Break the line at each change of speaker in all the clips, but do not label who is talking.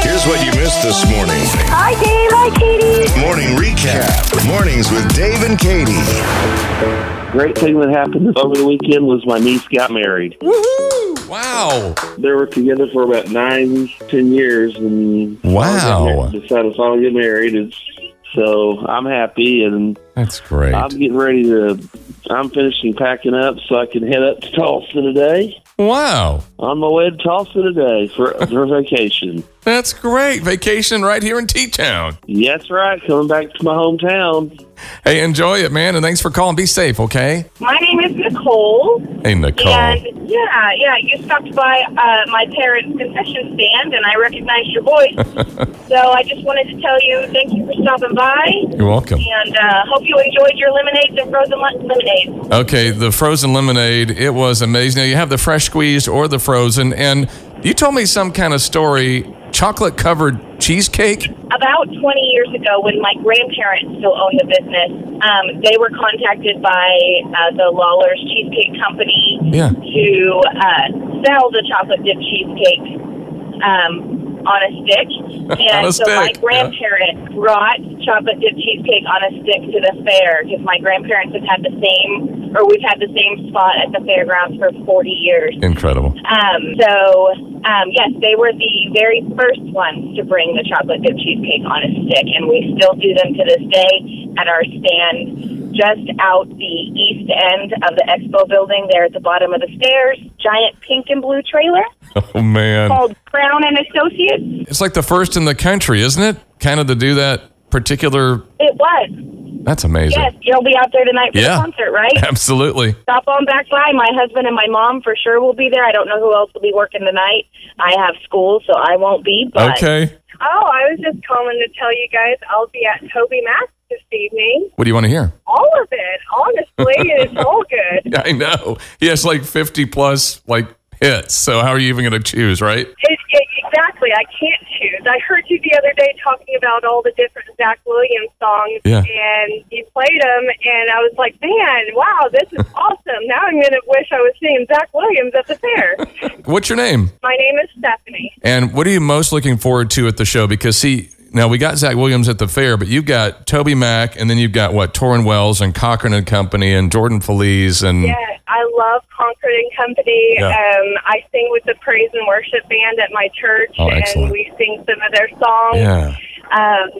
Here's what you missed this morning.
Hi, Dave. Hi, Katie.
Morning recap. Mornings with Dave and Katie.
Great thing that happened over the weekend was my niece got married.
Wow.
They were together for about nine, ten years, and
Wow.
decided to finally get married. And so I'm happy, and
That's great.
Um,
I'm getting ready to. I'm finishing packing up so I can head up to Tulsa today.
Wow.
On my way to Tulsa today for for vacation.
That's great. Vacation right here in T Town.
Yeah, that's right. Coming back to my hometown.
Hey, enjoy it, man. And thanks for calling. Be safe, okay?
My name is Nicole.
Hey, Nicole.
And yeah, yeah, you stopped by uh, my parents' concession stand, and I recognized your voice. so I just wanted to tell you thank you for stopping by,
You're welcome.
and uh, hope you enjoyed your lemonades and frozen le- lemonades.
Okay, the frozen lemonade, it was amazing. Now, you have the fresh squeezed or the frozen. And you told me some kind of story chocolate covered cheesecake?
About 20 years ago, when my grandparents still owned the business, um, they were contacted by uh, the Lawler's Cheesecake Company
Yeah.
to uh, sell the chocolate dip cheesecake um, on a stick. And
a
so my
stick, yeah.
grandparent brought chocolate dip cheesecake on a stick to the fair because my grandparents have had the same, or we've had the same spot at the fairgrounds for 40 years.
Incredible.
Um, so, um, yes, they were the very first ones to bring the chocolate dip cheesecake on a stick, and we still do them to this day at our stand just out the east end of the expo building there at the bottom of the stairs. Giant pink and blue trailer
Oh, man.
called Crown and Associates.
It's like the first in the country, isn't it? Kind of to do that particular.
It was.
That's amazing.
Yes, you'll be out there tonight for
Yeah.
the concert, right?
Absolutely.
Stop on back by. My husband and my mom for sure will be there. I don't know who else will be working tonight. I have school, so I won't be. But
Okay.
Oh, I was just calling to tell you guys I'll be at Toby Max this evening.
What do you want to hear?
All of it, honestly, it's all good.
I know. He has like 50 plus like hits. So how are you even going to choose, right?
It, it, exactly, I can't choose. I heard you the other day talking about all the different Zach Williams songs,
Yeah.
and you played them, and I was like, man, wow, this is awesome. Now I'm going to wish I was seeing Zach Williams at the fair.
What's your name?
My name is Stephanie.
And what are you most looking forward to at the show? Because see, now we got Zach Williams at the fair, but you've got Toby Mack, and then you've got what Torrin Wells and Cochran and Company and Jordan Feliz and
Yeah, I love Concord and Company.
Yeah.
Um, I sing with the praise and worship band at my church,
Oh, excellent.
and we sing some of their songs.
yeah,
Um,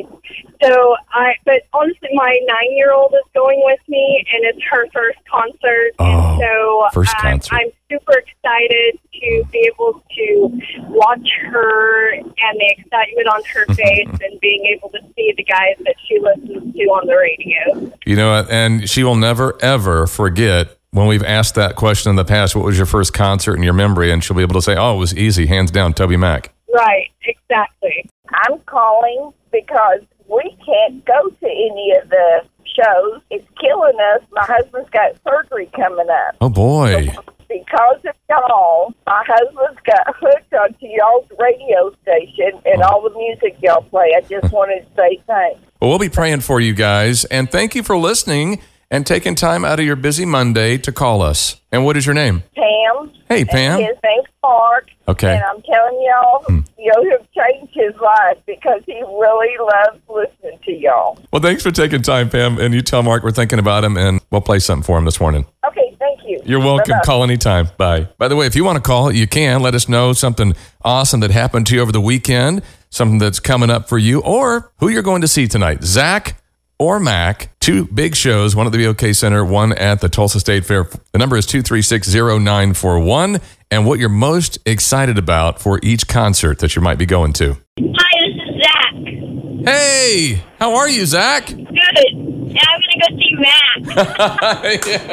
so I, but honestly, my nine-year-old is going with me, and it's her first concert.
Oh,
and so
first
I'm,
concert.
I'm super excited to be able to watch her and the excitement on
Mm-hmm,
her face, and being able to see the guys that she listens to on the radio.
you know, and she will never ever forget when we've asked that question in the past. What was your first concert in your memory? And she'll be able to say, "Oh, it was easy, hands down, Toby Mack."
Right, exactly.
I'm calling because we can't go to any of the shows. It's killing us. My husband's got surgery coming up.
Oh boy,
Because of y'all, my husband's got hooked onto y'all's radio station and all the music y'all play. I just wanted to say thanks.
well, we'll be praying for you guys, and thank you for listening and taking time out of your busy Monday to call us. And what is your name?
Pam.
Hey,
and
Pam.
His name's Mark.
Okay. Hmm.
And I'm telling y'all, y'all have changed his life because he really loves listening to y'all.
Well, thanks for taking time, Pam. And you tell Mark we're thinking about him and we'll play something for him this morning.
Okay, thank you.
You're welcome.
Bye-bye.
Call anytime. Bye. By the way, if you want to call, you can. Let us know something awesome that happened to you over the weekend, something that's coming up for you, or who you're going to see tonight. Zach or Mac, two big shows, one at the BOK Center, one at the Tulsa State Fair. The number is 2360941 and what you're most excited about for each concert that you might be going to.
Hi, this is Zach.
Hey, how are you, Zach?
Good. Now I'm gonna go see Matt.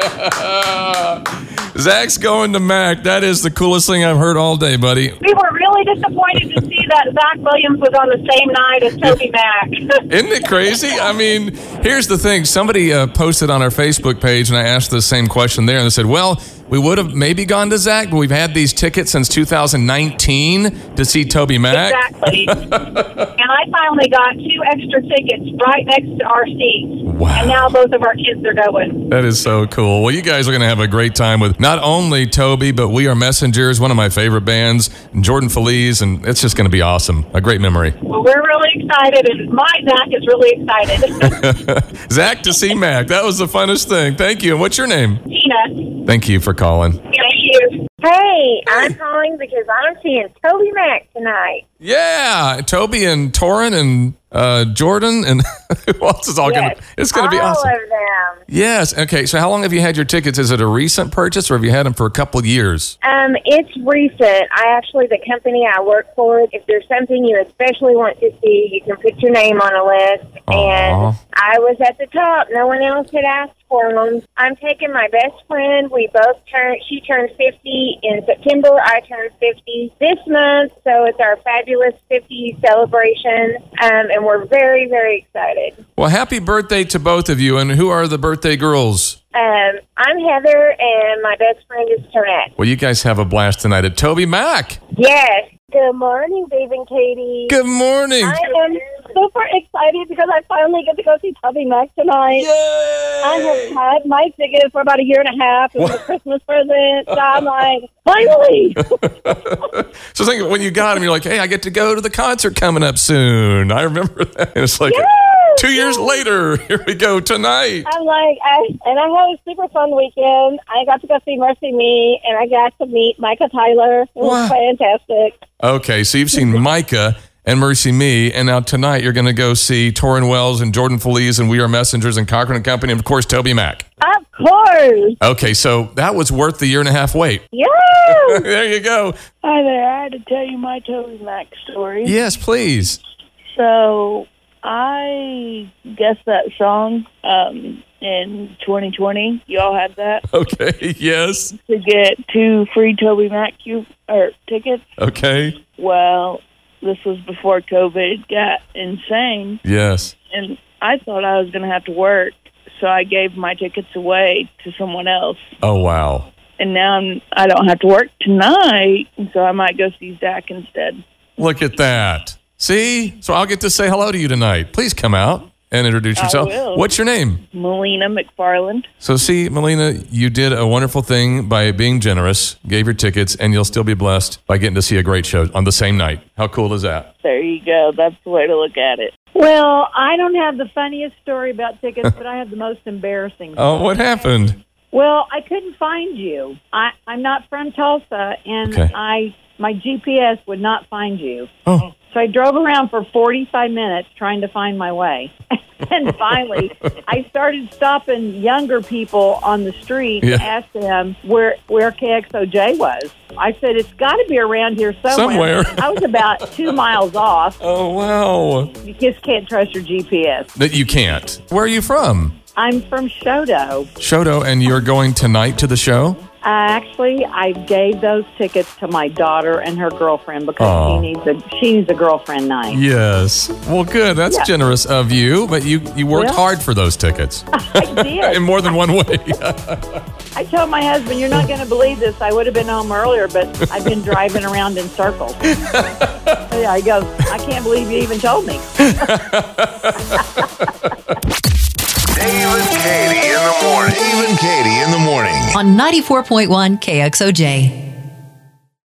Zach's going to Mac. That is the coolest thing I've heard all day, buddy.
we were really disappointed to see that Zach Williams was on the same night as Toby Mac.
Isn't it crazy? I mean, here's the thing. Somebody uh, posted on our Facebook page, and I asked the same question there, and they said, "Well, we would have maybe gone to Zach, but we've had these tickets since 2019 to see Toby Mac."
exactly. and I finally got two extra tickets right next to our seats.
Wow.
And now both of our kids are going.
That is so cool. Well, you guys are going to have a great time with not only Toby, but We Are Messengers, one of my favorite bands, and Jordan Feliz, and it's just going to be awesome. A great memory.
Well, we're really excited, and my Zach is really excited.
Zach to see Mac. That was the funnest thing. Thank you. And what's your name?
Tina,
Thank you for calling.
thank you.
Hey, I'm calling because I'm seeing Toby Mac tonight.
Yeah, Toby and Torin and uh, Jordan and who else is all going to?
Yes.
It's going to be
All
awesome.
of them.
Yes. Okay. So, how long have you had your tickets? Is it a recent purchase, or have you had them for a couple years?
Um, it's recent. I actually, the company I work for, if there's something you especially want to see, you can put your name on a list.
Aw.
And I was at the top. No one else had asked for them. I'm taking my best friend. We both turned, she turned 50 in September. I turned 50 this month. So it's our fabulous 50 celebration. Um, and we're very, very excited.
Well, happy birthday to both of you. And who are the birthday girls?
Um, I'm Heather, and my best friend is Tonette.
Well, you guys have a blast tonight at Toby Mac.
Yes. Good morning, Dave and Katie.
Good morning.
I am
super excited because I finally get to go see Tubby Mac tonight. I have had my ticket for about a year and a half. It was a Christmas present. So I'm like, finally.
So think when you got them, you're like, hey, I get to go to the concert coming up soon. I remember that. And it's like two years later, here we go tonight.
I'm like, I, and I had a super fun weekend. I got to go see Mercy Me, and I got to meet Micah Tyler. It
Wow.
was fantastic.
Okay, so you've seen Micah and Mercy Me, and now tonight you're going to go see Torin Wells and Jordan Feliz and We Are Messengers and Cochran and Company, and of course Toby Mac.
Of course.
Okay, so that was worth the year and a half wait.
Yeah.
there you go.
Hi there. I had to tell you my Toby Mac story.
Yes, please.
So I guess that song um, in 2020, you all had that
Okay, yes.
to get two free Toby Mac cube or tickets.
Okay,
Well, this was before COVID got insane,
yes.
and I thought I was going to have to work, so I gave my tickets away to someone else.
Oh, wow.
And now I'm, I don't have to work tonight, so I might go see Zach instead.
Look at that. See? So I'll get to say hello to you tonight. Please come out and introduce yourself.
will.
What's your name?
Melina McFarland.
So, see, Melina, you did a wonderful thing by being generous, gave your tickets, and you'll still be blessed by getting to see a great show on the same night. How cool is that?
There you go. That's the way to look at it.
Well, I don't have the funniest story about tickets, but I have the most embarrassing.
Oh, what happened?
Well, I couldn't find you. I, I'm not from Tulsa, and
Okay.
I my GPS would not find you.
Oh.
So I drove around for 45 minutes trying to find my way. and finally, I started stopping younger people on the street
Yeah.
to ask them where where KXOJ was. I said it's got to be around here
Somewhere.
somewhere. I was about 2 miles off.
Oh, wow.
You just can't trust your GPS.
That you can't. Where are you from?
I'm from Uh, Shodo.
Shodo, and you're going tonight to the show?
Uh, actually, I gave those tickets to my daughter and her girlfriend because
Aw.
she needs a she needs a girlfriend night.
Yes. Well, good. That's generous of you, but you, you worked
Yeah.
hard for those tickets
I
in
did.
more than one way.
I told my husband, "You're not going to believe this. I would have been home earlier, but I've been driving around in circles." yeah, I go. I can't believe you even told me.
Dave and Katie in the morning. Dave and Katie in the morning.
on 94.1 KXOJ.